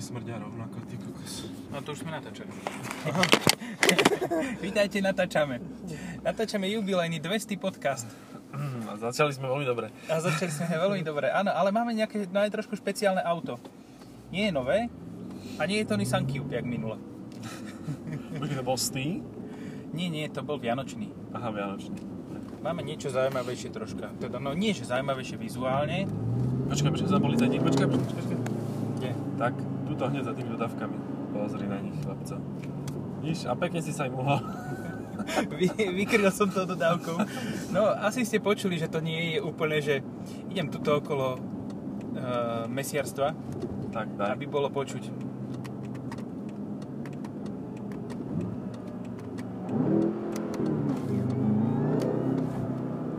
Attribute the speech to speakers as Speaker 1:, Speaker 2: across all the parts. Speaker 1: smrdia rovnako, ty kokos.
Speaker 2: No to už sme natáčali.
Speaker 3: Vítajte, natáčame. Natáčame jubilejný 200 podcast.
Speaker 1: Mm, a začali sme veľmi dobre.
Speaker 3: A začali sme veľmi dobre. Áno, ale máme nejaké no aj trošku špeciálne auto. Nie je nové a nie je to Nissan Cube, jak minule.
Speaker 1: Bude to bol stý.
Speaker 3: Nie, nie, to bol Vianočný.
Speaker 1: Aha, Vianočný.
Speaker 3: Máme niečo zaujímavejšie troška. Teda, no nie, že zaujímavejšie vizuálne.
Speaker 1: Počkaj, počkaj, zaboli za nich, počkaj, počkaj, počkaj.
Speaker 3: Kde?
Speaker 1: Tak, tuto hneď za tými dodávkami. Pozri na nich, chlapca. Iš, a pekne si sa im uhol.
Speaker 3: Vy, vykryl som to dodávkou. No, asi ste počuli, že to nie je úplne, že idem tuto okolo e, mesiarstva,
Speaker 1: Tak, daj.
Speaker 3: aby bolo počuť.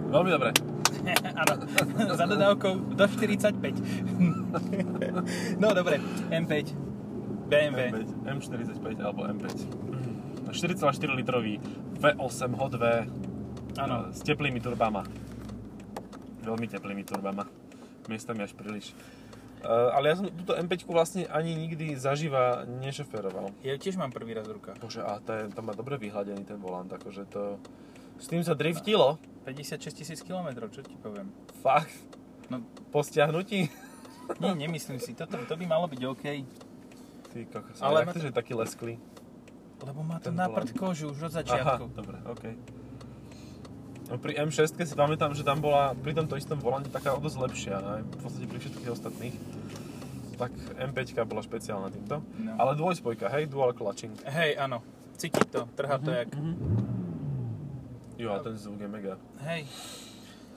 Speaker 1: Veľmi dobre.
Speaker 3: Áno, za dodávkou do 45. no dobre, M5, BMW.
Speaker 1: M5, M45 alebo M5. Mm, 4,4 litrový V8 Hot V.
Speaker 3: Áno.
Speaker 1: e, S teplými turbama. Veľmi teplými turbama. Miestami až príliš. E, ale ja som túto M5 vlastne ani nikdy zaživa nešoferoval.
Speaker 3: Ja ju tiež mám prvý raz v rukách.
Speaker 1: Bože, a ten, tam má dobre vyhľadený ten volant, akože to... S tým sa driftilo.
Speaker 3: 56 tisíc km, čo ti poviem.
Speaker 1: Fakt.
Speaker 3: No,
Speaker 1: Po stiahnutí.
Speaker 3: nie, nemyslím si, toto, to by malo byť OK,
Speaker 1: Ty kokos,
Speaker 3: Ale
Speaker 1: ale jak
Speaker 3: má
Speaker 1: to,
Speaker 3: to-
Speaker 1: že taký lesklý?
Speaker 3: lebo má to
Speaker 1: Ten
Speaker 3: na
Speaker 1: volant.
Speaker 3: prd kožu už od začiatku.
Speaker 1: Aha, dobre, okej. No pri M6 si pamätám, že tam bola pri tomto istom volante taká o dosť lepšia, aj v podstate pri všetkých ostatných. Tak M5 bola špeciálna týmto.
Speaker 3: No.
Speaker 1: Ale dvojspojka, hej, dual clutching.
Speaker 3: Hej, áno, cíti to, trhá
Speaker 1: Mhm.
Speaker 3: to jak...
Speaker 1: Jo, a ten zvuk je mega.
Speaker 3: Hej,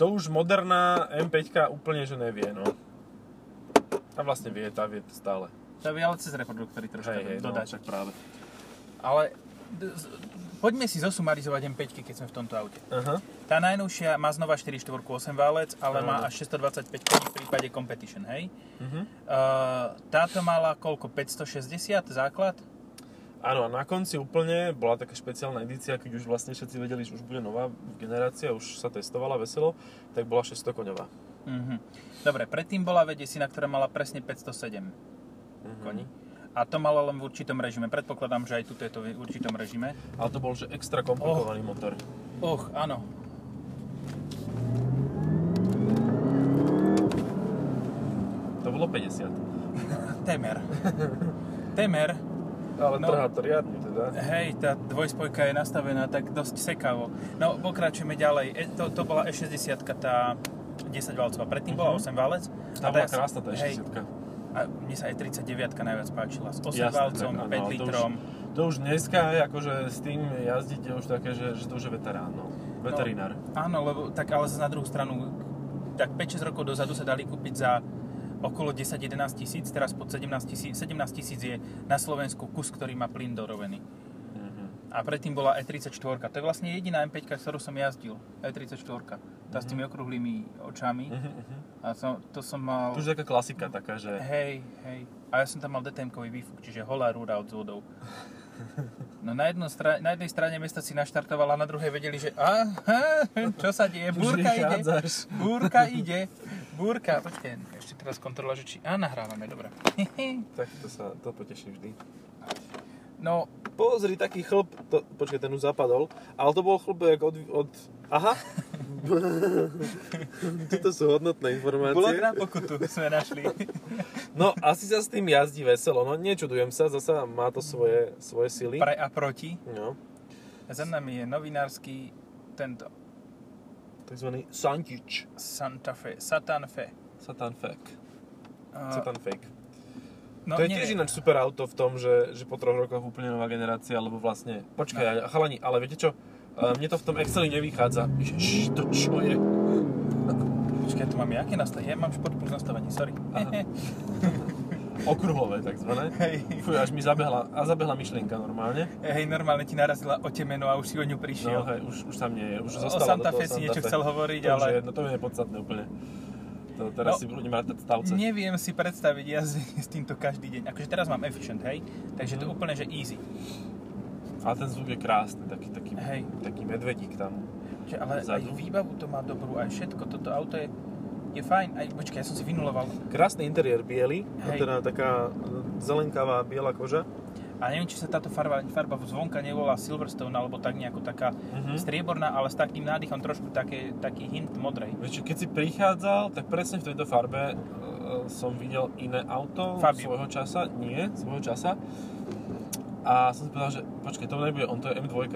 Speaker 1: To už moderná M5 úplne že nevie, no. A vlastne vie, tá vie stále.
Speaker 3: to by ale cez reproduktory troška
Speaker 1: Hej, hej, no,
Speaker 3: dodať.
Speaker 1: však práve.
Speaker 3: Ale d- z- poďme si zosumarizovať M5, keď sme v tomto aute.
Speaker 1: Aha.
Speaker 3: Tá najnovšia má znova 4 8 válec, ale má
Speaker 1: Áno.
Speaker 3: až 625 koní v prípade Competition, hej?
Speaker 1: Mhm.
Speaker 3: Uh, táto mala koľko? 560 základ?
Speaker 1: Áno, a na konci úplne bola taká špeciálna edícia, keď už vlastne všetci vedeli, že už bude nová generácia, už sa testovala veselo, tak bola 600 koňová.
Speaker 3: Mhm. Dobre, predtým bola vedesina, ktorá mala presne 507
Speaker 1: Mhm.
Speaker 3: koní. A to malo len v určitom režime. Predpokladám, že aj tuto je to v určitom režime.
Speaker 1: Ale to bol že extra
Speaker 3: Oh.
Speaker 1: komplikovaný motor.
Speaker 3: Och, áno.
Speaker 1: To bolo 50.
Speaker 3: Temer. Temer.
Speaker 1: Ale
Speaker 3: No.
Speaker 1: trhá to riadne teda.
Speaker 3: Hej, tá dvojspojka je nastavená tak dosť sekavo. No, pokračujeme ďalej. E, to, to bola E60, tá 10 valcová. Predtým bola 8 valec.
Speaker 1: Mhm. Tá
Speaker 3: A
Speaker 1: bola
Speaker 3: teraz-
Speaker 1: krásna tá E
Speaker 3: hej,
Speaker 1: 60
Speaker 3: A mne sa aj 39 najviac páčila. S 8 valcom, 5 litrom.
Speaker 1: To už dneska, je akože s tým jazdíte už také, že, že to už je veterán, no. Veterinár.
Speaker 3: Áno, lebo tak ale zase na druhú stranu, tak 5-6 rokov dozadu sa dali kúpiť za okolo 10-11 tisíc, teraz pod 17 tisíc, 17 tisíc je na Slovensku kus, ktorý má plyn dorovený.
Speaker 1: Mhm.
Speaker 3: A predtým bola E34. To je vlastne jediná M5, ktorú som jazdil. E34. Tá s tými okrúhlymi očami.
Speaker 1: Mhm, mhm.
Speaker 3: A som, to som mal...
Speaker 1: To už je taká klasika taká, že...
Speaker 3: Hej, hej. A ja som tam mal DTM-kový výfuk, čiže holá rúra od zvodov. No na, jednu stra- na jednej strane mesta si naštartovala, na druhej vedeli, že aha, čo sa deje,
Speaker 1: Už
Speaker 3: búrka ide,
Speaker 1: vychádzaš.
Speaker 3: búrka ide, búrka. Počkej, ešte teraz kontrola, že či... A nahrávame, dobre.
Speaker 1: Tak to sa, to poteší vždy.
Speaker 3: No,
Speaker 1: Pozri, taký chlp, to, počkaj, ten už zapadol, ale to bol chlp jak od, od aha. Toto sú hodnotné informácie.
Speaker 3: blok na pokutu sme našli.
Speaker 1: No, asi sa s tým jazdí veselo, no nečudujem sa, zasa má to svoje, svoje sily.
Speaker 3: Pre a proti.
Speaker 1: No,
Speaker 3: Za nami je novinársky tento
Speaker 1: takzvaný santič.
Speaker 3: Santa Fe, Satan Fe.
Speaker 1: Satan fake.
Speaker 3: Uh,
Speaker 1: Satan fake.
Speaker 3: no,
Speaker 1: to je
Speaker 3: neviem.
Speaker 1: tiež ináč super auto v tom, že, že po troch rokoch úplne nová generácia, lebo vlastne...
Speaker 3: No.
Speaker 1: Počkaj, chalani, ale viete čo? E, Mne to v tom Exceli nevychádza. Ježiš, to čo je?
Speaker 3: Počkaj, tu mám jaké nastavenie? Ja mám šport plus nastavenie, sorry.
Speaker 1: Aha. Okruhové takzvané.
Speaker 3: Hej.
Speaker 1: Fuj, až mi zabehla, a zabehla myšlienka normálne.
Speaker 3: Hej, normálne ti narazila otemeno a už si o
Speaker 1: No
Speaker 3: ňu prišiel.
Speaker 1: hej, už, už tam nie je, už
Speaker 3: O
Speaker 1: zostala
Speaker 3: Santa
Speaker 1: do toho
Speaker 3: Fe si
Speaker 1: Santa
Speaker 3: niečo
Speaker 1: Fe.
Speaker 3: chcel hovoriť,
Speaker 1: to už
Speaker 3: ale-
Speaker 1: je jedno, to je nepodstatné úplne. To teraz
Speaker 3: No,
Speaker 1: si budeme mať stavce.
Speaker 3: Neviem si predstaviť jazdenie s týmto každý deň. Akože teraz mám efficient, hej? Takže to
Speaker 1: Mhm.
Speaker 3: úplne, že easy.
Speaker 1: Ale ten zvuk je krásny, taký, taký,
Speaker 3: Hej.
Speaker 1: taký medvedík tam.
Speaker 3: Že, ale aj
Speaker 1: Vzadu.
Speaker 3: výbavu to má dobrú, aj všetko. Toto auto je... je fajn. Aj, počkaj, ja som si vynuloval.
Speaker 1: Krásny interiér biely,
Speaker 3: Hej.
Speaker 1: teda taká e, zelenkavá biela koža.
Speaker 3: A neviem, či sa táto farba, farba zvonka nevolá Silverstone, alebo tak nejako taká
Speaker 1: Mhm.
Speaker 3: strieborná, ale s takým nádychom trošku také, taký hint modrej.
Speaker 1: Vieš čo, keď si prichádzal, tak presne v tejto farbe e, som videl iné auto
Speaker 3: Fabiu.
Speaker 1: svojho časa. Nie, svojho časa. A som si povedal, že počkej, to nebude on, to je M2.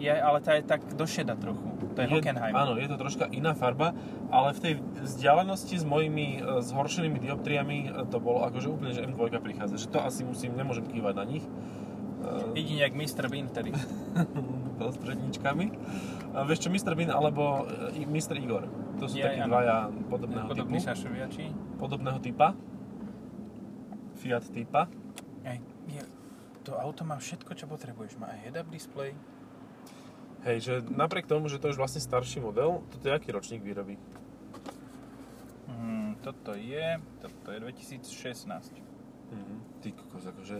Speaker 3: Je, ale tá je tak došeda trochu. To je, Hockenheim.
Speaker 1: Áno, je to troška iná farba, ale v tej vzdialenosti s mojimi e, zhoršenými dioptriami e, to bolo akože úplne, že M2 prichádza. Že to asi musím, nemôžem kývať na nich. E,
Speaker 3: Vidí nejak Mr. Bean vtedy.
Speaker 1: s predničkami. A vieš čo, Mr. Bean alebo e, Mr. Igor. To sú
Speaker 3: Je,
Speaker 1: takí
Speaker 3: áno.
Speaker 1: dvaja podobného
Speaker 3: Podobný
Speaker 1: typu.
Speaker 3: šašoviači.
Speaker 1: Podobného typa. Fiat typa.
Speaker 3: Aj, je, to auto má všetko, čo potrebuješ. Má aj head-up display.
Speaker 1: Hej, že napriek tomu, že to je už vlastne starší model, toto je aký ročník výroby?
Speaker 3: Hmm, toto je, toto je 2016.
Speaker 1: Mhm. Ty kokos, akože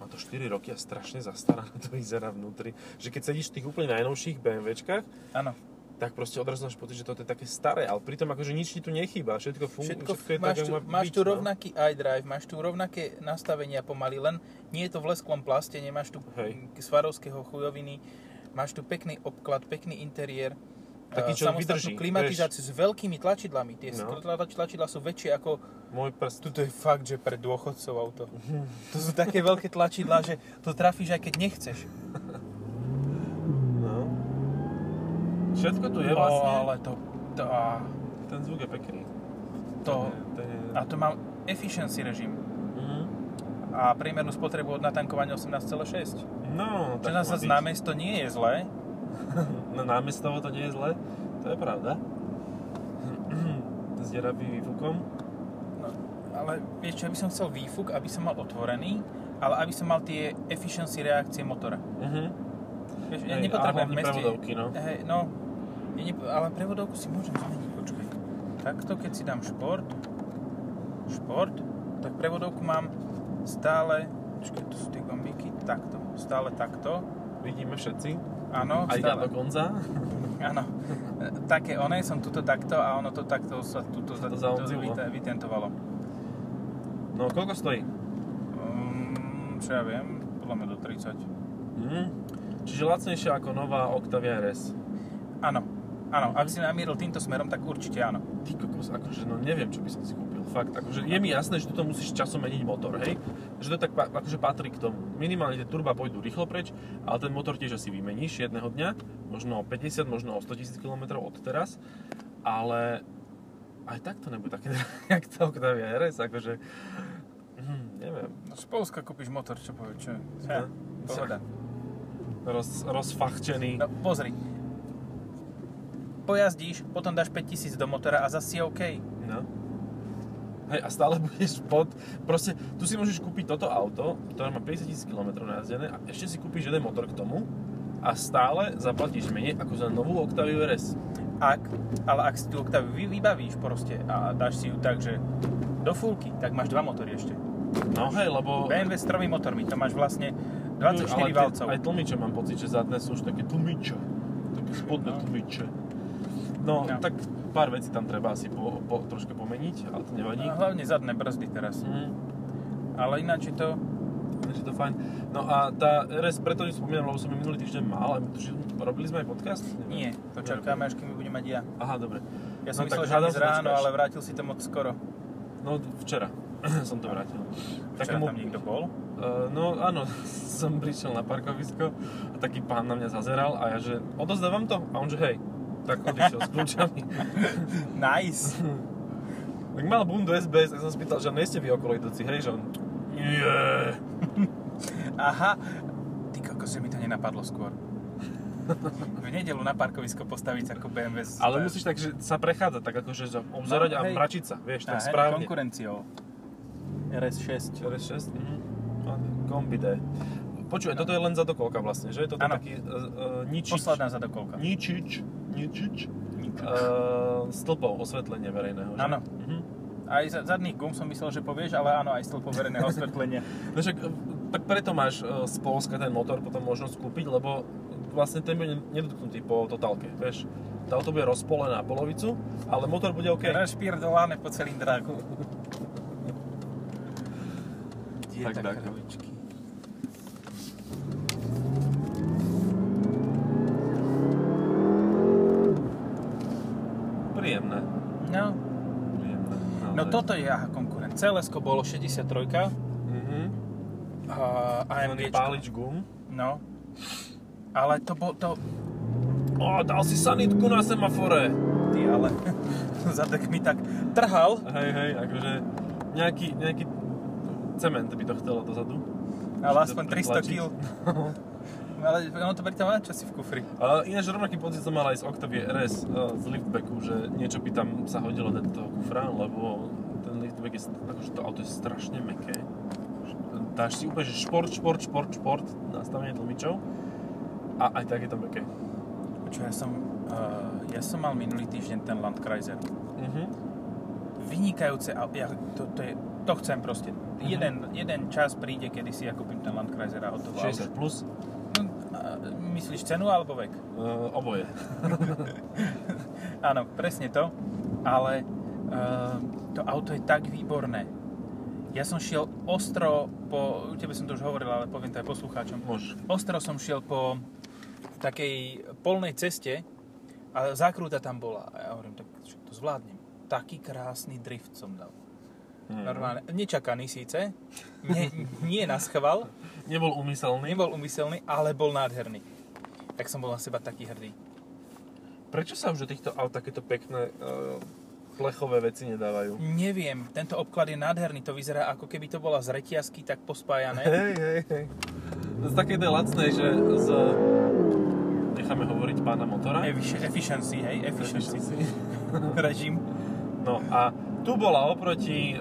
Speaker 1: má to 4 roky a strašne zastarané to vyzerá vnútri. Že keď sedíš v tých úplne najnovších BMWčkách,
Speaker 3: Áno,
Speaker 1: tak proste odrazu máš pocit, že toto je také staré, ale pritom akože nič ti tu nechýba, všetko funguje,
Speaker 3: všetko,
Speaker 1: všetko, je tak,
Speaker 3: máš,
Speaker 1: ako
Speaker 3: tu,
Speaker 1: má
Speaker 3: máš
Speaker 1: byť,
Speaker 3: tu
Speaker 1: no.
Speaker 3: rovnaký iDrive, máš tu rovnaké nastavenia pomaly, len nie je to v lesklom plaste, nemáš tu
Speaker 1: Hej.
Speaker 3: k- svarovského chujoviny, máš tu pekný obklad, pekný interiér,
Speaker 1: Taký,
Speaker 3: eh,
Speaker 1: čo
Speaker 3: samostatnú
Speaker 1: vydrží,
Speaker 3: klimatizáciu s veľkými tlačidlami. Tie
Speaker 1: No.
Speaker 3: no. tlačidla sú väčšie ako...
Speaker 1: Môj prst
Speaker 3: Tuto je fakt, že pre dôchodcov auto. To sú také veľké tlačidlá, že to trafíš aj keď nechceš.
Speaker 1: No. Všetko tu je
Speaker 3: O,
Speaker 1: vlastne.
Speaker 3: No, ale to... to, a,
Speaker 1: Ten zvuk je pekný.
Speaker 3: to
Speaker 1: Ten je...
Speaker 3: No. a to má efficiency režim
Speaker 1: Mhm.
Speaker 3: a priemernú spotrebu od natankovania 18,6.
Speaker 1: No,
Speaker 3: Čo
Speaker 1: má
Speaker 3: nás
Speaker 1: byť.
Speaker 3: zase na mesto nie je zlé.
Speaker 1: Na námestovo to nie je zle. To je pravda. S deravým výfukom.
Speaker 3: No, ale vieš čo, ja by som chcel výfuk, aby som mal otvorený, ale aby som mal tie efficiency reakcie motora.
Speaker 1: Mhm.
Speaker 3: Vieš, ja
Speaker 1: Hej,
Speaker 3: nepotrebujem
Speaker 1: a
Speaker 3: v
Speaker 1: hlavne
Speaker 3: meste...
Speaker 1: prevodovky, no.
Speaker 3: Hej, no, ja ne, ale prevodovku si môžem zmeniť, počkaj. Takto, keď si dám šport, šport, tak prevodovku mám stále, počkaj, tu sú tie gombíky, takto, stále takto,
Speaker 1: Vidíme všetci.
Speaker 3: áno,
Speaker 1: Aj ja
Speaker 3: stále,
Speaker 1: dokonca.
Speaker 3: áno. E, Také one, som tuto takto a ono to takto sa tuto,
Speaker 1: Sa to
Speaker 3: za- tuto
Speaker 1: zaodzilo.
Speaker 3: vyte- vytentovalo.
Speaker 1: No, koľko stojí?
Speaker 3: Um, čo ja viem, podľa mňa do 30.
Speaker 1: Mhm. Čiže lacnejšia ako nová Octavia RS.
Speaker 3: Áno, áno,
Speaker 1: Mhm.
Speaker 3: ak si namieril týmto smerom, tak určite áno.
Speaker 1: Ty kokos, akože no neviem, čo by som si kúpil. Fakt, akože je mi jasné, že toto musíš časom meniť motor, hej? Že to tak pa- akože patrí k tomu. Minimálne tie turba pôjdu rýchlo preč, ale ten motor tiež asi vymeníš jedného dňa. Možno o 50, možno o 100 tisíc km od teraz. Ale aj tak to nebude také, jak tá Octavia RS, akože... Hm, neviem.
Speaker 3: No, z Polska kúpiš motor, čo povie, čo je?
Speaker 1: Ja.
Speaker 3: Pohoda.
Speaker 1: Roz, rozfachčený.
Speaker 3: No, pozri. Pojazdíš, potom dáš 5000 do motora a zase je OK.
Speaker 1: No. Hej, a stále budeš pod... Proste, tu si môžeš kúpiť toto auto, ktoré má 50 000 km najazdené a ešte si kúpiš jeden motor k tomu a stále zaplatíš menej ako za novú Octaviu RS.
Speaker 3: Ak, ale ak si tú Octaviu vy, vybavíš proste a dáš si ju tak, že do fulky, tak máš dva motory ešte.
Speaker 1: No hej, lebo...
Speaker 3: BMW s tromi motormi, to máš vlastne
Speaker 1: Mm, Ale
Speaker 3: 24
Speaker 1: tie-
Speaker 3: valcov.
Speaker 1: Aj tlmiče mám pocit, že zadné sú už také tlmiče. Také spodné
Speaker 3: No.
Speaker 1: tlmiče. No,
Speaker 3: No.
Speaker 1: tak pár vecí tam treba asi po, po, troška pomeniť, ale to nevadí.
Speaker 3: A No, hlavne zadné brzdy teraz.
Speaker 1: Mm.
Speaker 3: Ale ináč je to...
Speaker 1: Takže to fajn. No a tá RS, preto ju spomínam, lebo som ju minulý týždeň mal, ale tuším, robili sme aj podcast?
Speaker 3: Nie, to čakáme, až kým ju budem mať ja.
Speaker 1: Aha, dobre.
Speaker 3: Ja
Speaker 1: No,
Speaker 3: som
Speaker 1: tak
Speaker 3: myslel, že
Speaker 1: hádam
Speaker 3: dnes
Speaker 1: sa
Speaker 3: ráno,
Speaker 1: dočkáš.
Speaker 3: ale vrátil si to moc skoro.
Speaker 1: No včera som to vrátil.
Speaker 3: Včera tam niekto bol.
Speaker 1: Eh, no áno, som prišiel na parkovisko a taký pán na mňa zazeral a ja že odozdávam to? A on že hej. Tak odišiel s kľúčami.
Speaker 3: Nice.
Speaker 1: Tak mal bundu SBS, tak som spýtal, že nie ste vy okolo idúci, hej, že on nie.
Speaker 3: Aha. Ty kokos, že mi to nenapadlo skôr. V nedelu na parkovisko postaviť ako BMW z...
Speaker 1: Ale musíš tak, že sa prechádzať, tak akože že obzerať
Speaker 3: No,
Speaker 1: a
Speaker 3: hej.
Speaker 1: mračiť sa, vieš,
Speaker 3: Tá,
Speaker 1: tak
Speaker 3: hej,
Speaker 1: správne.
Speaker 3: konkurenciou. RS6.
Speaker 1: RS6? Mhm. A Kombi D. Počuj, toto je len zadokolka vlastne, že? Toto je
Speaker 3: No. Áno.
Speaker 1: taký uh, uh, ničič.
Speaker 3: Posledná zadokolka.
Speaker 1: Ničič. Ničič.
Speaker 3: Nič.
Speaker 1: Uh, stĺpov osvetlenie verejného, že?
Speaker 3: Áno.
Speaker 1: Mhm.
Speaker 3: Aj za, zadných gum som myslel, že povieš, ale áno, aj stĺp povereného osvetlenia.
Speaker 1: No však, e, tak preto máš e, z Polska ten motor potom možnosť kúpiť, lebo vlastne ten bude nedotknutý po totálke, vieš. tá auto bude rozpolená na polovicu, ale motor bude OK.
Speaker 3: Rašpirdolané po celým dráku.
Speaker 1: Tak,
Speaker 3: Dieta
Speaker 1: tak.
Speaker 3: kravičky.
Speaker 1: Príjemné.
Speaker 3: No,
Speaker 1: Príjemné.
Speaker 3: no toto je aha konkurent. CLS bolo 63
Speaker 1: Mhm.
Speaker 3: a
Speaker 1: Len
Speaker 3: AMG.
Speaker 1: je pálič gum.
Speaker 3: No. Ale to bol to...
Speaker 1: Ó, dal si sanitku na semafore.
Speaker 3: Ty ale... Zadek mi tak trhal.
Speaker 1: Hej, hej, akože nejaký, nejaký cement by to chcelo dozadu.
Speaker 3: Ale
Speaker 1: Že
Speaker 3: aspoň
Speaker 1: to
Speaker 3: 300
Speaker 1: pretlačiť.
Speaker 3: kg. Ale ono to pritom má časy v kufri.
Speaker 1: Ale ináč rovnaký pocit som mal aj z Octavie RS e, z liftbacku, že niečo by tam sa hodilo dať do toho kufra, lebo ten liftback je, st- akože to auto je strašne meké. Š- Dáš si úplne, že šport, šport, šport, šport, nastavenie tlmičov a aj tak je to meké.
Speaker 3: Čo ja som... Uh, ja som mal minulý týždeň ten Landkreiser.
Speaker 1: Mhm.
Speaker 3: Vynikajúce... au- Ja, to, to, je, to chcem proste.
Speaker 1: Mhm.
Speaker 3: Jeden, jeden čas príde, kedy si ja kúpim ten Landkreiser a hotovo. A už-
Speaker 1: 60 plus,
Speaker 3: No, a myslíš cenu alebo vek?
Speaker 1: e, oboje.
Speaker 3: Áno, presne to. Ale uh, to auto je tak výborné. Ja som šiel ostro po... Tebe som to už hovoril, ale poviem to aj poslucháčom.
Speaker 1: Môžeš.
Speaker 3: ostro som šiel po takej polnej ceste a zákruta tam bola. A ja hovorím, tak čo, to zvládnem. Taký krásny drift som dal.
Speaker 1: Mhm.
Speaker 3: Normálne. Nečakaný síce, nie, nie na schval,
Speaker 1: Nebol úmyselný.
Speaker 3: nebol umyselný, ale bol nádherný. Tak som bol na seba taký hrdý.
Speaker 1: Prečo sa už do týchto aut takéto pekné uh, plechové veci nedávajú?
Speaker 3: Neviem, tento obklad je nádherný, to vyzerá ako keby to bola z reťazky tak pospájané.
Speaker 1: Hej, hej, hej. Z takej tej lacnej, že z... Necháme hovoriť pána motora.
Speaker 3: Effici- Efficiency, hej, efficiency režim.
Speaker 1: No a tu bola oproti e, e,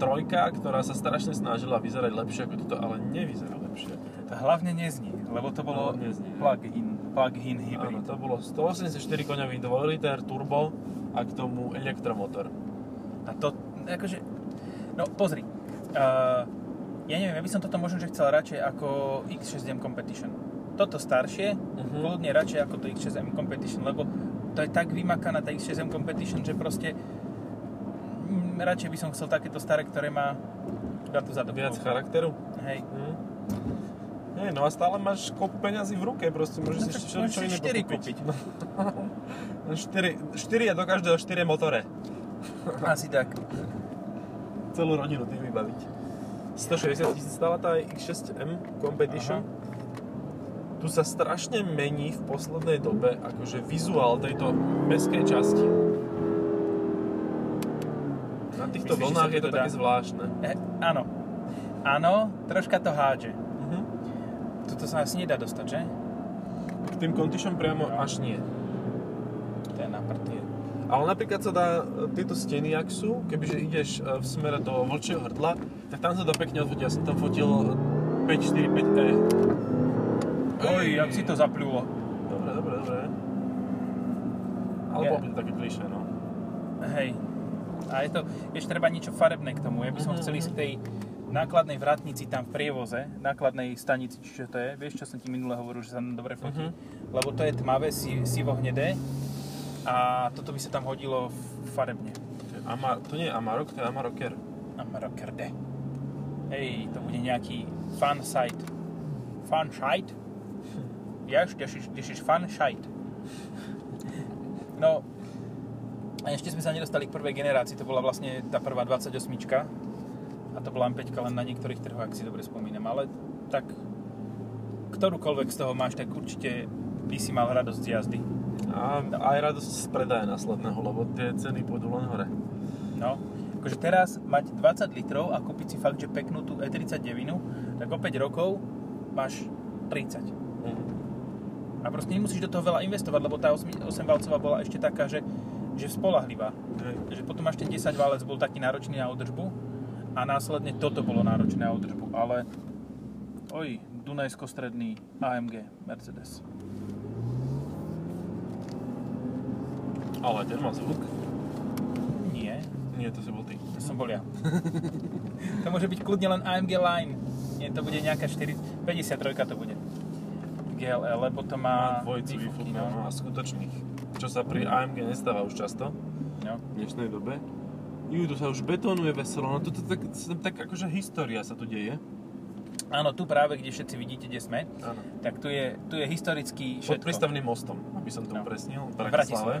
Speaker 1: trojka, ktorá sa strašne snažila vyzerať lepšie ako toto, ale nevyzerá lepšie. ako toto.
Speaker 3: Hlavne neznie, lebo to bolo
Speaker 1: Hlavne znie.
Speaker 3: plug-in, plug-in
Speaker 1: Áno,
Speaker 3: hybrid.
Speaker 1: to bolo 184 koňový 2 liter turbo a k tomu elektromotor.
Speaker 3: A to, akože, no pozri, uh, ja neviem, ja by som toto možno, že chcel radšej ako X6M Competition. Toto staršie,
Speaker 1: Mhm.
Speaker 3: kľudne radšej ako to X6M Competition, lebo to je tak vymakaná tá X6M Competition, že proste mm, radšej by som chcel takéto staré, ktoré má datu za
Speaker 1: Viac charakteru.
Speaker 3: Hej.
Speaker 1: Hm. Hej, no a stále máš kopu peňazí v ruke, proste môžeš
Speaker 3: No
Speaker 1: si
Speaker 3: tak
Speaker 1: čo,
Speaker 3: môžeš
Speaker 1: čo
Speaker 3: si
Speaker 1: iné
Speaker 3: štyri
Speaker 1: pokúpiť.
Speaker 3: kúpiť.
Speaker 1: 4, 4 a do každého 4 motore.
Speaker 3: Asi tak.
Speaker 1: Celú rodinu tým vybaviť. 160 tisíc stála tá X6M Competition. Tu sa strašne mení v poslednej dobe akože vizuál tejto meskej časti. Na týchto
Speaker 3: Myslíš, že
Speaker 1: vlnách
Speaker 3: sa
Speaker 1: je to
Speaker 3: to dá?
Speaker 1: také zvláštne.
Speaker 3: E, áno. Áno, troška to hádže.
Speaker 1: Mhm.
Speaker 3: Toto sa asi nedá dostať, že?
Speaker 1: K tým Condition priamo až nie.
Speaker 3: To je na prd.
Speaker 1: Ale napríklad sa dá, e, tieto steny, ak sú, kebyže ideš e, v smere do vlčieho hrdla, tak tam sa dá pekne odfotiť. Ja som tam fotil e, 545E.
Speaker 3: Oj, jak si to zapľulo.
Speaker 1: Dobre, dobre, dobre. Ale
Speaker 3: Je.
Speaker 1: bolo by to také klišé, no.
Speaker 3: Hej. A je to, ešte treba niečo farebné k tomu. Ja by som
Speaker 1: Mhm,
Speaker 3: chcel
Speaker 1: mhm.
Speaker 3: ísť k tej nákladnej vratnici tam v prievoze, nákladnej stanici, čiže to je, vieš, čo som ti minule hovoril, že sa tam dobre fotí.
Speaker 1: Mhm.
Speaker 3: Lebo to je tmavé, si, sivo-hnedé a toto by sa tam hodilo f- farebne.
Speaker 1: To, je Ama- to nie je Amarok, to je Amaroker.
Speaker 3: Amarokerde. Hej, to bude nejaký fun site. Fun site? Jaž, this is fun site. No, a ešte sme sa nedostali k prvej generácii, to bola vlastne tá prvá 28 a to bola M5 len na niektorých trhoch, ak si dobre spomínam, ale tak ktorúkoľvek z toho máš, tak určite by si mal radosť z jazdy.
Speaker 1: A aj radosť z predaja následného, lebo tie ceny pôjdu len hore.
Speaker 3: No, akože teraz mať 20 litrov a kúpiť si fakt, že peknú tú E39, tak o 5 rokov máš 30.
Speaker 1: Mhm.
Speaker 3: A proste nemusíš do toho veľa investovať, lebo tá 8 valcová bola ešte taká, že, že spolahlivá.
Speaker 1: Hej.
Speaker 3: Že potom až ten 10 válec bol taký náročný na údržbu a následne toto bolo náročné na údržbu, ale oj, Dunajsko-stredný AMG Mercedes.
Speaker 1: Ale ten má zvuk.
Speaker 3: Nie,
Speaker 1: Nie, to si bol ty.
Speaker 3: To som bol ja. to môže byť kľudne len AMG Line. Nie, to bude nejaká 4, 53 to bude. GLE, lebo to
Speaker 1: Má
Speaker 3: má... no.
Speaker 1: dvojicu
Speaker 3: dvifúky,
Speaker 1: výfutnú, no a no, skutočných. čo sa pri AMG nestáva už často
Speaker 3: Jo.
Speaker 1: v dnešnej dobe. Ju, tu sa už betónuje veselo, no toto tak, tak akože história sa tu deje.
Speaker 3: Áno, tu práve, kde všetci vidíte, kde sme,
Speaker 1: Áno.
Speaker 3: tak tu je, tu je historický
Speaker 1: Pod
Speaker 3: všetko.
Speaker 1: prístavným mostom, aby som to
Speaker 3: No.
Speaker 1: upresnil, v
Speaker 3: V
Speaker 1: Bratislave.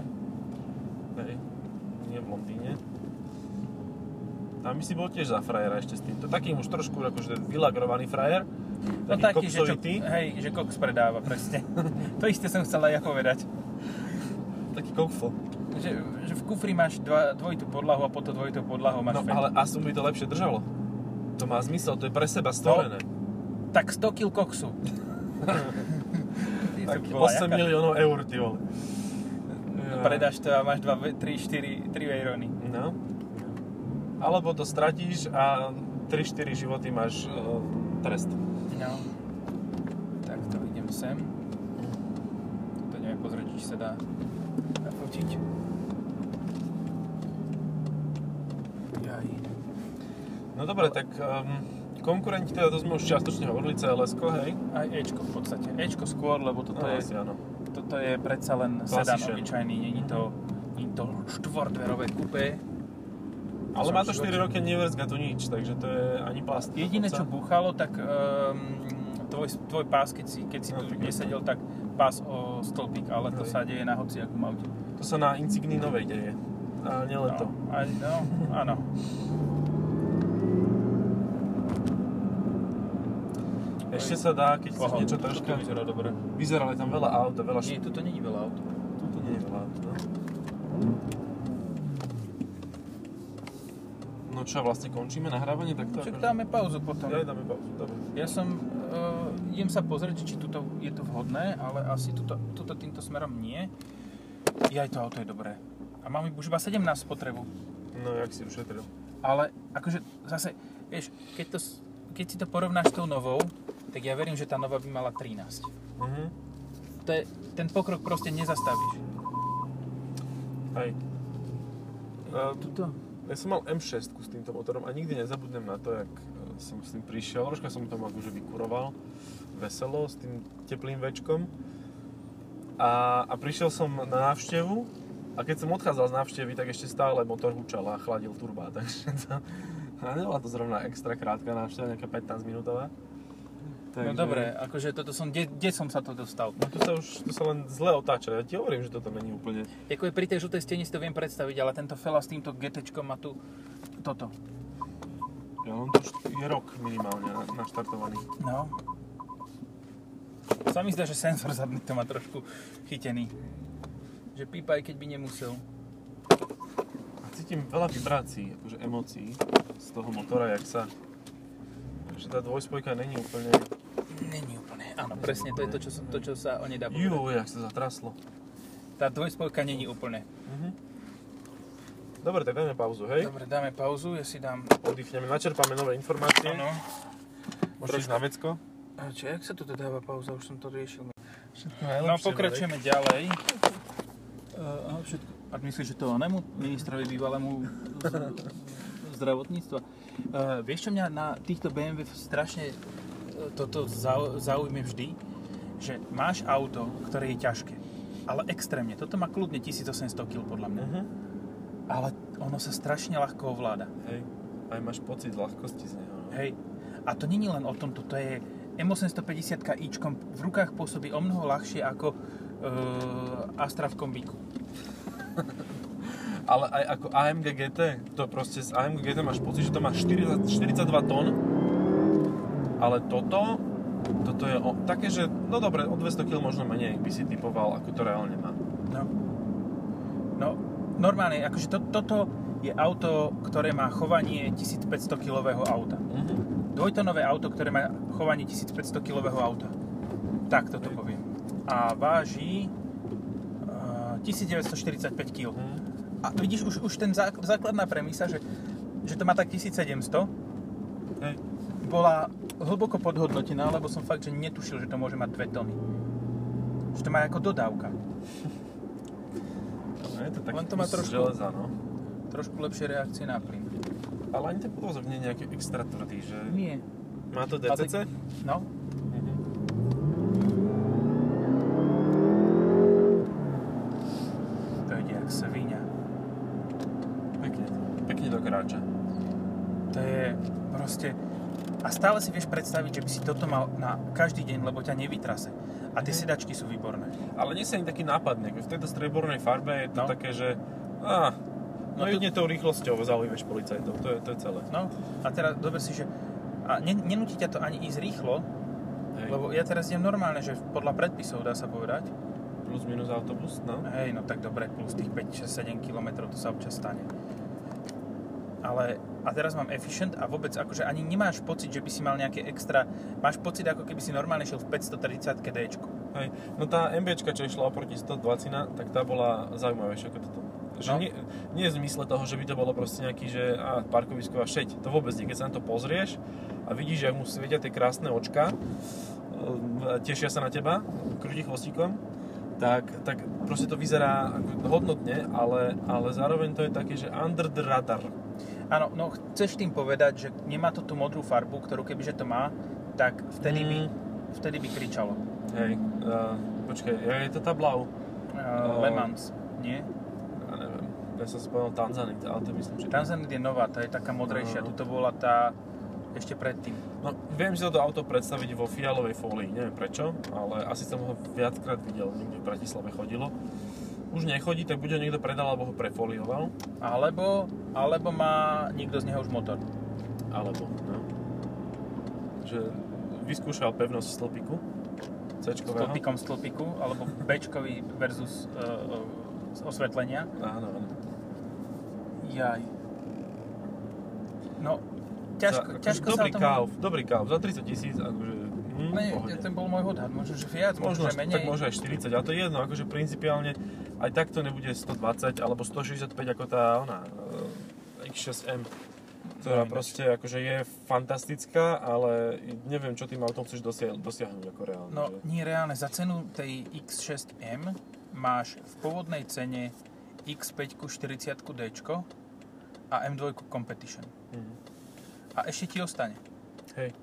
Speaker 1: Hej, nie v Londýne. Tam by si bol tiež za frajera ešte s týmto. Takým už trošku akože vylagrovaný frajer.
Speaker 3: No taký, že, čo,
Speaker 1: koksovitý,
Speaker 3: hej, že koks predáva, presne. to isté som chcel aj ja povedať.
Speaker 1: Taký kokfo.
Speaker 3: Že, že v kufri máš dva, dvojitú podlahu a pod to dvojitou podlahou
Speaker 1: No
Speaker 3: máš fake.
Speaker 1: ale asum by to lepšie držalo. To má zmysel, to je pre
Speaker 3: No,
Speaker 1: seba stvorené.
Speaker 3: Tak 100 kg koksu. Ty
Speaker 1: Tak
Speaker 3: to bola
Speaker 1: 8
Speaker 3: jaká-
Speaker 1: miliónov eur, ty vole. Ja.
Speaker 3: No. Predáš to a máš 2, 3, 4, 3 vejrony.
Speaker 1: No. Alebo to stratíš a 3-4 životy máš e, trest.
Speaker 3: No. Tak to idem sem. To neviem pozrieť, či sa dá nafotiť. Jaj.
Speaker 1: No dobre, tak um, konkurenti, teda to sme už čiastočne hovorili, cls hej?
Speaker 3: Aj Ečko v podstate. Ečko skôr, lebo toto,
Speaker 1: No,
Speaker 3: je,
Speaker 1: asi áno.
Speaker 3: toto je predsa len sedan
Speaker 1: Klasičen.
Speaker 3: obyčajný. Není to, není to štvordverové kupé.
Speaker 1: No, Ale
Speaker 3: som
Speaker 1: má
Speaker 3: v
Speaker 1: to 4
Speaker 3: živote.
Speaker 1: roky a nevrzga to nič, takže to je ani plast.
Speaker 3: Jediné, čo búchalo, tak um, tvoj, tvoj pás, keď si, keď si
Speaker 1: No, tak
Speaker 3: tu nesedel, tak pás o stĺpik, ale to
Speaker 1: Hej.
Speaker 3: sa deje na hociakom aute.
Speaker 1: To sa na Insigni novej deje. A nielen to.
Speaker 3: No, aj, no, áno.
Speaker 1: Ešte sa dá, keď chceš
Speaker 3: Aha,
Speaker 1: niečo
Speaker 3: toto
Speaker 1: troška...
Speaker 3: vyzerá dobre.
Speaker 1: Vyzerá, je tam veľa aut a veľa
Speaker 3: Nie, toto není veľa aut.
Speaker 1: Tuto nie je veľa aut, no. No čo, vlastne končíme nahrávanie takto?
Speaker 3: Však
Speaker 1: akože?
Speaker 3: dáme pauzu potom.
Speaker 1: Ja dáme pauzu, dobre.
Speaker 3: Ja som, uh, idem sa pozrieť, či tuto je to vhodné, ale asi tuto, tuto týmto smerom nie. I aj to auto je dobré. A máme už iba 17 spotrebu.
Speaker 1: No, jak si ušetril.
Speaker 3: Ale akože zase, vieš, keď, to, s- keď si to porovnáš s tou novou, tak ja verím, že tá nová by mala 13.
Speaker 1: Mhm.
Speaker 3: To je, ten pokrok proste nezastavíš.
Speaker 1: Hej. Ehm,
Speaker 3: Tuto?
Speaker 1: Ja som mal M6 s týmto motorom a nikdy nezabudnem na to, jak e, som s tým prišiel. Troška som tam akože vykuroval veselo s tým teplým večkom. A, a prišiel som na návštevu a keď som odchádzal z návštevy, tak ešte stále motor hučal a chladil turbá, takže to... A nebola to zrovna extra krátka návšteva, nejaká 15 minútová.
Speaker 3: No dobre, akože toto som, kde, kde som sa to dostal?
Speaker 1: No tu sa už, tu sa len zle otáča, ja ti hovorím, že toto není úplne...
Speaker 3: Ako je pri tej žltej stene si to viem predstaviť, ale tento fela s týmto GTčkom má tu toto.
Speaker 1: Ja on to už je rok minimálne na- naštartovaný.
Speaker 3: No. Sa mi zdá, že senzor zadný to má trošku chytený. Že pípa aj keď by nemusel.
Speaker 1: A cítim veľa vibrácií, akože emócií z toho motora, jak sa... Že tá dvojspojka není úplne...
Speaker 3: Není úplne, áno, presne, to je to, čo, som- to, čo sa o nej dá povedať.
Speaker 1: Jú, jak sa zatraslo.
Speaker 3: Tá dvojspojka není úplne.
Speaker 1: Mhm. Dobre, tak dáme pauzu, hej?
Speaker 3: Dobre, dáme pauzu, ja si dám...
Speaker 1: Oddychneme, načerpáme nové informácie.
Speaker 3: Áno.
Speaker 1: Môžeš ísť na vecko?
Speaker 3: A Čo, jak sa toto dáva pauza? Už som to riešil.
Speaker 1: najlepšie,
Speaker 3: No, pokračujeme ďalej. Uh, všetko. A myslíš, že to onému ministrovi bývalému z- zdravotníctva? Uh, vieš, čo mňa na týchto BMW strašne eh, toto zau, zaujme vždy? Že máš auto, ktoré je ťažké, ale extrémne. Toto má kľudne 1800 kg podľa mňa.
Speaker 1: Mhm.
Speaker 3: Ale ono sa strašne ľahko ovláda.
Speaker 1: Hej. Aj máš pocit ľahkosti z neho. no.
Speaker 3: Hej. A to není len o tomto, to je M850 ičkom v rukách pôsobí o mnoho ľahšie ako eh, Astra v kombíku.
Speaker 1: Ale aj ako AMG GT, to proste z AMG GT máš pocit, že to má 40, 42 tón, ale toto, toto je o, také, že no dobre, o 200 kg možno menej by si typoval, ako to reálne má.
Speaker 3: No. No, normálne, akože to, toto je auto, ktoré má chovanie 1500 kilového auta.
Speaker 1: Mhm.
Speaker 3: Dvojtonové auto, ktoré má chovanie 1500 kilového auta. Tak toto poviem. A váži eh, 1945 kg.
Speaker 1: Mhm.
Speaker 3: A vidíš, už, už ten zák- základná premisa, že, že to má tak 1700,
Speaker 1: Hej.
Speaker 3: bola hlboko podhodnotená, lebo som fakt, že netušil, že to môže mať 2 tony. Že to má ako dodávka.
Speaker 1: No, je to taký
Speaker 3: Len to má
Speaker 1: kus
Speaker 3: trošku-
Speaker 1: železa, no.
Speaker 3: Trošku lepšie reakcie na plyn.
Speaker 1: Ale ani ten podvozok nie je nejaký extra tvrdý, že?
Speaker 3: Nie.
Speaker 1: Má to DCC?
Speaker 3: Ale- No,
Speaker 1: Mhm.
Speaker 3: stále si vieš predstaviť, že by si toto mal na každý deň, lebo ťa nevytrase. A tie
Speaker 1: Mhm.
Speaker 3: sedačky sú výborné.
Speaker 1: Ale nie sa ani taký nápadný. ako V tejto striebornej farbe je to
Speaker 3: No.
Speaker 1: také, že... Á, no,
Speaker 3: No to-
Speaker 1: jedine tou rýchlosťou zaujímaš policajtov. To je, to je celé.
Speaker 3: No a teraz dober si, že a ne, nenúti ťa to ani ísť rýchlo,
Speaker 1: Hej.
Speaker 3: lebo ja teraz idem normálne, že podľa predpisov dá sa povedať.
Speaker 1: Plus minus autobus, no.
Speaker 3: Hej, no tak dobre, plus tých 5, 6, 7 km to sa občas stane. Ale a teraz mám efficient a vôbec akože ani nemáš pocit, že by si mal nejaké extra, máš pocit ako keby si normálne šiel v 530 D.
Speaker 1: Hej. No tá MBčka, čo išla oproti 120, tak tá bola zaujímavejšia ako toto. Že
Speaker 3: No.
Speaker 1: nie, nie v zmysle toho, že by to bolo proste nejaký, že a, parkovisková šeť. To vôbec nie. Keď sa na to pozrieš a vidíš, že mu svietia tie krásne očka, ehm, a tešia sa na teba, krúti chvostíkom, tak, tak proste to vyzerá ako hodnotne, ale, ale zároveň to je také, že under the radar.
Speaker 3: Áno, no chceš tým povedať, že nemá to tú modrú farbu, ktorú kebyže to má, tak vtedy, by,
Speaker 1: Mm.
Speaker 3: vtedy by kričalo.
Speaker 1: Hej, uh, počkaj, je to tá blau? No.
Speaker 3: Uh, Le Mans, nie?
Speaker 1: Ja neviem, ja som spomenul Tanzanit, ale to myslím, že...
Speaker 3: Tanzanit je nová, tá je taká modrejšia,
Speaker 1: Áno.
Speaker 3: tuto bola tá ešte predtým.
Speaker 1: No, viem si toto auto predstaviť vo fialovej fólii, neviem prečo, ale asi som ho viackrát videl, niekde v Bratislave chodilo. Už nechodí, tak buď ho niekto predal, alebo ho prefolioval,
Speaker 3: Alebo, alebo má niekto z neho už motor.
Speaker 1: alebo, no. Že vyskúšal pevnosť stĺpiku, C-čkového.
Speaker 3: Stĺpikom stĺpiku, alebo Bčkový versus uh, osvetlenia.
Speaker 1: Áno, áno.
Speaker 3: Jaj. No,
Speaker 1: Za-
Speaker 3: ťažko,
Speaker 1: akože
Speaker 3: ťažko sa
Speaker 1: dobrý
Speaker 3: o tom...
Speaker 1: kauf, dobrý kauf, za 30 tisíc, akože... Hm,
Speaker 3: Ne,
Speaker 1: pohode.
Speaker 3: ten bol môj odhad, možno, že viac, možno,
Speaker 1: Možno,
Speaker 3: že menej.
Speaker 1: tak môže aj 40, ale to je jedno, akože principiálne aj takto nebude 120 alebo 165 ako tá ona eh, X6M, ktorá
Speaker 3: No, ináč.
Speaker 1: proste akože je fantastická, ale neviem, čo tým autom chceš dosia- dosiahnuť ako reálne.
Speaker 3: No,
Speaker 1: že-
Speaker 3: nie reálne, za cenu tej X6M máš v pôvodnej cene X5 40 D a M2 Competition.
Speaker 1: Mhm.
Speaker 3: A ešte ti ostane.
Speaker 1: Hej,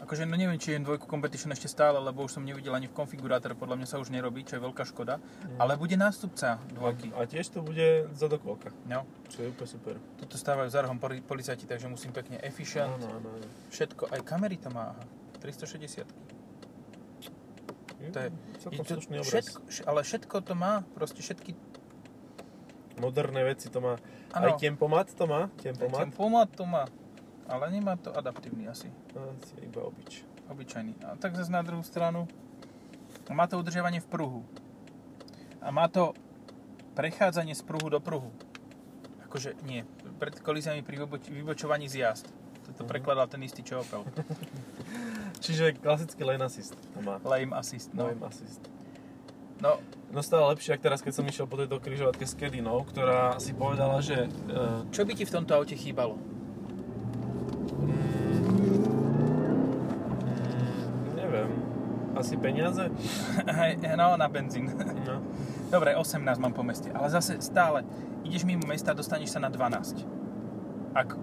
Speaker 3: Akože no neviem, či je M2 Competition ešte stále, lebo už som nevidel ani v konfigurátore, podľa mňa sa už nerobí, čo je veľká škoda. Ale bude nástupca dvojky.
Speaker 1: Mhm. a tiež to bude za dokolka,
Speaker 3: No,
Speaker 1: čo je úplne super.
Speaker 3: toto stávajú za rohom poli- policajti, takže musím pekne efficient.
Speaker 1: Áno, áno, áno.
Speaker 3: Všetko, aj kamery to má, aha. 360. To je-
Speaker 1: celkom
Speaker 3: to
Speaker 1: slušný obraz.
Speaker 3: všetko, š- ale všetko to má, proste všetky...
Speaker 1: Moderné veci to má. Aj
Speaker 3: Áno,
Speaker 1: tempomat to má, tempomat.
Speaker 3: ten pomat to má, ale nemá to adaptívny asi,
Speaker 1: A si iba obič.
Speaker 3: obyčajný. A tak zase na druhú stranu, má to udržiavanie v pruhu. A má to prechádzanie z pruhu do pruhu. Akože nie, pred kolíziami pri vyboč- vybočovaní z jazd. Toto
Speaker 1: Mhm.
Speaker 3: prekladal ten istý čo Opel.
Speaker 1: Čiže klasický lane assist to má.
Speaker 3: Lame assist,
Speaker 1: No.
Speaker 3: no.
Speaker 1: Lane assist.
Speaker 3: No,
Speaker 1: No stále lepšie, ak teraz, keď som išiel po tejto križovatke s Kedinou, ktorá si povedala, že... Uh,
Speaker 3: čo by ti v tomto aute chýbalo?
Speaker 1: neviem, asi peniaze?
Speaker 3: Hej, no, na benzín.
Speaker 1: No.
Speaker 3: Dobre, 18 mám po meste, ale zase stále, ideš mimo mesta, dostaneš sa na 12. Ak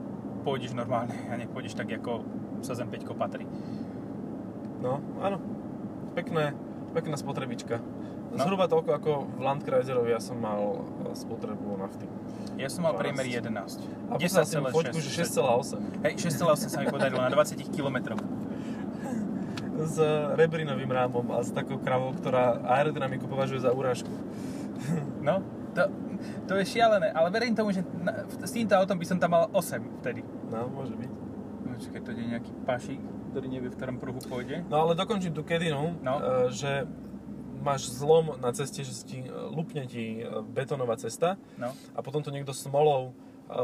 Speaker 3: pôjdeš normálne a nepôjdeš tak, ako sa zem 5 patrí.
Speaker 1: no, áno. Pekné, pekná spotrebička.
Speaker 3: No.
Speaker 1: Zhruba toľko ako v Landkreiserovi ja som mal eh, spotrebu nafty.
Speaker 3: Ja som mal
Speaker 1: 12.
Speaker 3: priemer 11.
Speaker 1: A poslal som mu fotku, že 6,8.
Speaker 3: Hej, 6,8 sa mi podarilo na 20 km.
Speaker 1: S rebrinovým rámom a s takou kravou, ktorá aerodynamiku považuje za urážku.
Speaker 3: No, to, to je šialené, ale verím tomu, že na, s týmto autom by som tam mal 8 vtedy.
Speaker 1: No, môže byť.
Speaker 3: No, čakaj, to je nejaký pašik, ktorý nevie, v ktorom pruhu pôjde.
Speaker 1: No ale dokončím tú kedinu,
Speaker 3: No.
Speaker 1: no. že máš zlom na ceste, že ti lupne ti e, betónová cesta
Speaker 3: No,
Speaker 1: a potom to niekto smolou e,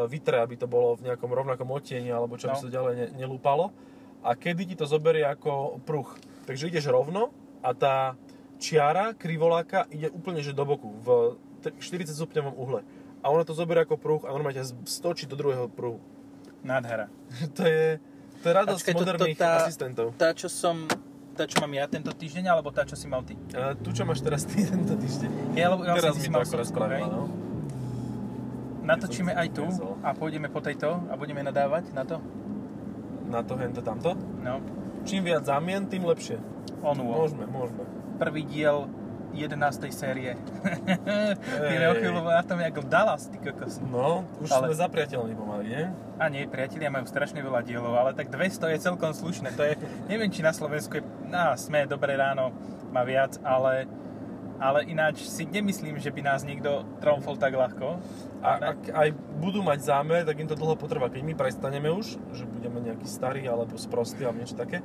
Speaker 1: vytre, aby to bolo v nejakom rovnakom otieni alebo čo, aby
Speaker 3: No.
Speaker 1: sa to ďalej ne, nelúpalo. A kedy ti to zoberie ako pruh. Takže ideš rovno a tá čiara krivoláka ide úplne že do boku v t- 40 stupňovom uhle. A ono to zoberie ako pruh a normálne ťa z- stočí do druhého pruhu.
Speaker 3: nádhera.
Speaker 1: to je, to je radosť
Speaker 3: Počkaj, to- to
Speaker 1: moderných
Speaker 3: tá-
Speaker 1: asistentov.
Speaker 3: Tá, čo som, tá, čo mám ja tento týždeň, alebo tá, čo si mal ty?
Speaker 1: A E, tu, čo máš teraz ty tento týždeň?
Speaker 3: Ja, lebo ja
Speaker 1: Teraz
Speaker 3: som
Speaker 1: mi to
Speaker 3: si mal
Speaker 1: akorát
Speaker 3: Srbsku, hej.
Speaker 1: spravila, no.
Speaker 3: Natočíme
Speaker 1: Ja som
Speaker 3: aj
Speaker 1: si
Speaker 3: tu
Speaker 1: nezol.
Speaker 3: a pôjdeme po tejto a budeme nadávať na to.
Speaker 1: Na to, hento, tamto.
Speaker 3: No,
Speaker 1: Čím viac zamien, tým lepšie.
Speaker 3: onu.
Speaker 1: Môžeme, môžeme.
Speaker 3: Prvý diel 11. série.
Speaker 1: Ej.
Speaker 3: Ty chvíľu na tom, jak Dallas, ty kokos.
Speaker 1: No, už
Speaker 3: Ale-
Speaker 1: sme zapriateľní pomaly, nie?
Speaker 3: A nie, priatelia majú strašne veľa dielov, ale tak 200 je celkom slušné. To je, neviem, či na Slovensku je, na sme, dobré ráno, má viac, ale, ale ináč si nemyslím, že by nás niekto tromfol tak ľahko.
Speaker 1: A ak aj budú mať zámer, tak im to dlho potrvá. Keď my prestaneme už, že budeme nejaký starý alebo sprostý alebo niečo také,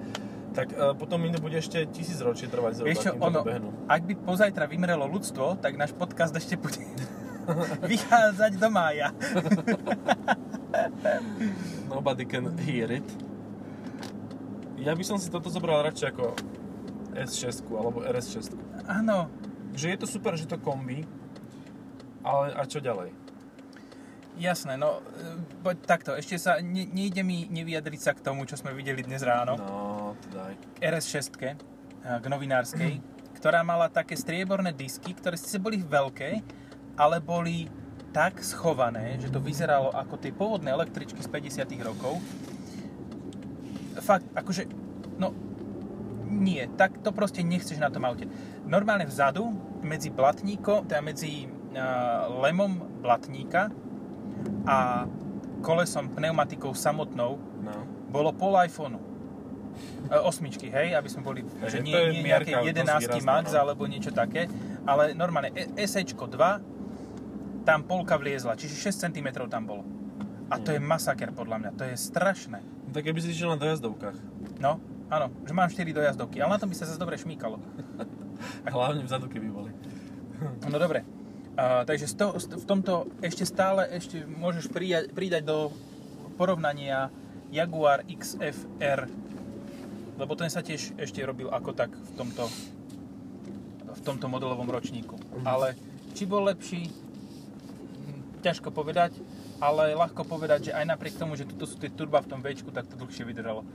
Speaker 1: tak e, potom im to bude ešte tisíc ročí trvať zhruba,
Speaker 3: Vieš čo,
Speaker 1: kým to
Speaker 3: ono,
Speaker 1: dobehnú.
Speaker 3: ak by pozajtra vymrelo ľudstvo, tak náš podcast ešte bude vychádzať do mája.
Speaker 1: No, Nobody can hear it. Ja by som si toto zobral radšej ako S6 alebo RS6.
Speaker 3: Áno,
Speaker 1: Že je to super, že to kombi, ale a čo ďalej?
Speaker 3: jasné, no e, poď takto, ešte sa, ne, nejde mi nevyjadriť sa k tomu, čo sme videli dnes ráno.
Speaker 1: No, to daj.
Speaker 3: k RS6, e, k novinárskej, ktorá mala také strieborné disky, ktoré síce boli veľké, ale boli tak schované, že to vyzeralo ako tie pôvodné električky z 50 rokov. Fakt, akože, no, nie, tak to proste nechceš na tom aute. Normálne vzadu, medzi blatníko, teda medzi e, lemom blatníka a kolesom, pneumatikou samotnou,
Speaker 1: No.
Speaker 3: bolo pol iPhoneu. E, osmičky, hej, aby sme boli, že
Speaker 1: Takže
Speaker 3: nie,
Speaker 1: to je
Speaker 3: nie nejaké
Speaker 1: mierka dosť
Speaker 3: 11
Speaker 1: výrazná,
Speaker 3: Max
Speaker 1: no.
Speaker 3: alebo niečo také, ale normálne E- SEčko 2, tam polka vliezla, čiže 6 cm tam bolo. A to je
Speaker 1: Mm.
Speaker 3: masaker podľa mňa, to je strašné.
Speaker 1: no tak keby si išiel na dojazdovkách.
Speaker 3: No, áno, že mám 4 dojazdovky, ale na tom by sa zase dobre šmíkalo.
Speaker 1: Hlavne vzadu, keby boli.
Speaker 3: No dobre, a, takže z toho, z, v tomto ešte stále ešte môžeš prijať, pridať do porovnania Jaguar XFR, lebo ten sa tiež ešte robil ako tak v tomto, v tomto modelovom ročníku.
Speaker 1: Mhm.
Speaker 3: Ale či bol lepší, hm, ťažko povedať, ale ľahko povedať, že aj napriek tomu, že toto sú tie turba v tom Včku, tak to dlhšie vydržalo.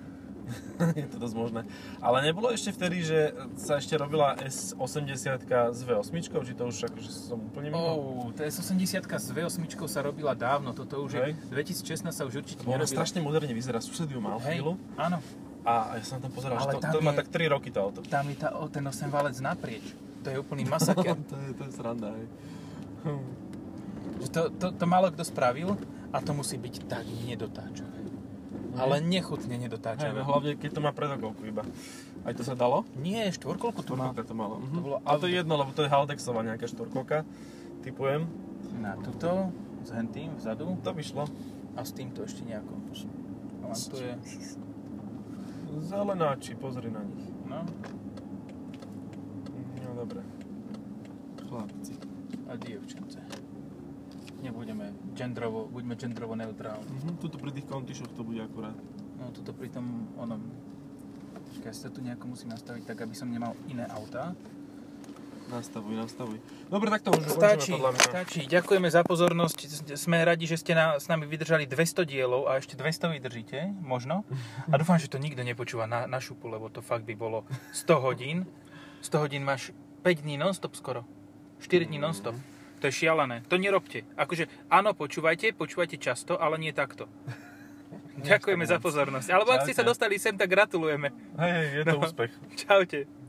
Speaker 1: je to dosť možné. Ale nebolo ešte vtedy, že sa ešte robila S80 s V8, či to už akože som úplne mimo?
Speaker 3: Oh, TS80 s V8 sa robila dávno, toto už je,
Speaker 1: Hej.
Speaker 3: 2016 sa už určite
Speaker 1: Ona
Speaker 3: nerobila.
Speaker 1: strašne moderne vyzerá, sused ju mal
Speaker 3: Hej,
Speaker 1: chvíľu
Speaker 3: áno,
Speaker 1: a ja som tam pozeral, že
Speaker 3: Ale
Speaker 1: to,
Speaker 3: tam
Speaker 1: to má
Speaker 3: je-
Speaker 1: tak 3 roky to auto.
Speaker 3: tam je tá, o, ten 8 válec naprieč. To je úplný masaker.
Speaker 1: to, je, to je sranda, hej.
Speaker 3: Že to, to, to málo kto spravil a to musí byť tak nedotáčavé. Ale
Speaker 1: Mhm.
Speaker 3: nechutne
Speaker 1: Hej,
Speaker 3: nedotáčavé. Hm.
Speaker 1: no hlavne keď to má predokolku iba. Aj to sa dalo?
Speaker 3: Nie, štvorkolku tu má.
Speaker 1: Štvorkolka to malo. mhm.
Speaker 3: To bolo
Speaker 1: Ale to je
Speaker 3: auto.
Speaker 1: jedno, lebo to je Haldexová nejaká štvorkolka, typujem.
Speaker 3: Na tuto, s hentým vzadu
Speaker 1: To by šlo.
Speaker 3: a s týmto ešte nejako. Ale tu je,
Speaker 1: Zelenáči, pozri na nich.
Speaker 3: no,
Speaker 1: No dobre. Chlapci.
Speaker 3: a dievčence. Nebudeme gendrovo, buďme gendrovo neutrálni.
Speaker 1: Mhm, tuto pri tých kontišoch to bude akurát.
Speaker 3: No tuto pri tom onom... Počkaj, ja si to tu nejako musím nastaviť tak, aby som nemal iné autá.
Speaker 1: Nastavuj, nastavuj. Dobre, tak to už ukončíme
Speaker 3: Stačí,
Speaker 1: podľa mňa.
Speaker 3: stačí. Ďakujeme za pozornosť. Sme radi, že ste na, s nami vydržali 200 dielov a ešte 200 vydržíte, možno. A dúfam, že to nikto nepočúva na, na šupu, lebo to fakt by bolo 100 hodín. 100 hodín máš 5 dní non-stop skoro. 4 dní non-stop. To je šialené. To nerobte. Akože, áno, počúvajte, počúvajte často, ale nie takto. Ďakujeme za pozornosť. Alebo ak ste sa
Speaker 1: Čaute.
Speaker 3: dostali sem, tak gratulujeme.
Speaker 1: Hej, hej, je to
Speaker 3: No.
Speaker 1: úspech.
Speaker 3: Čaute.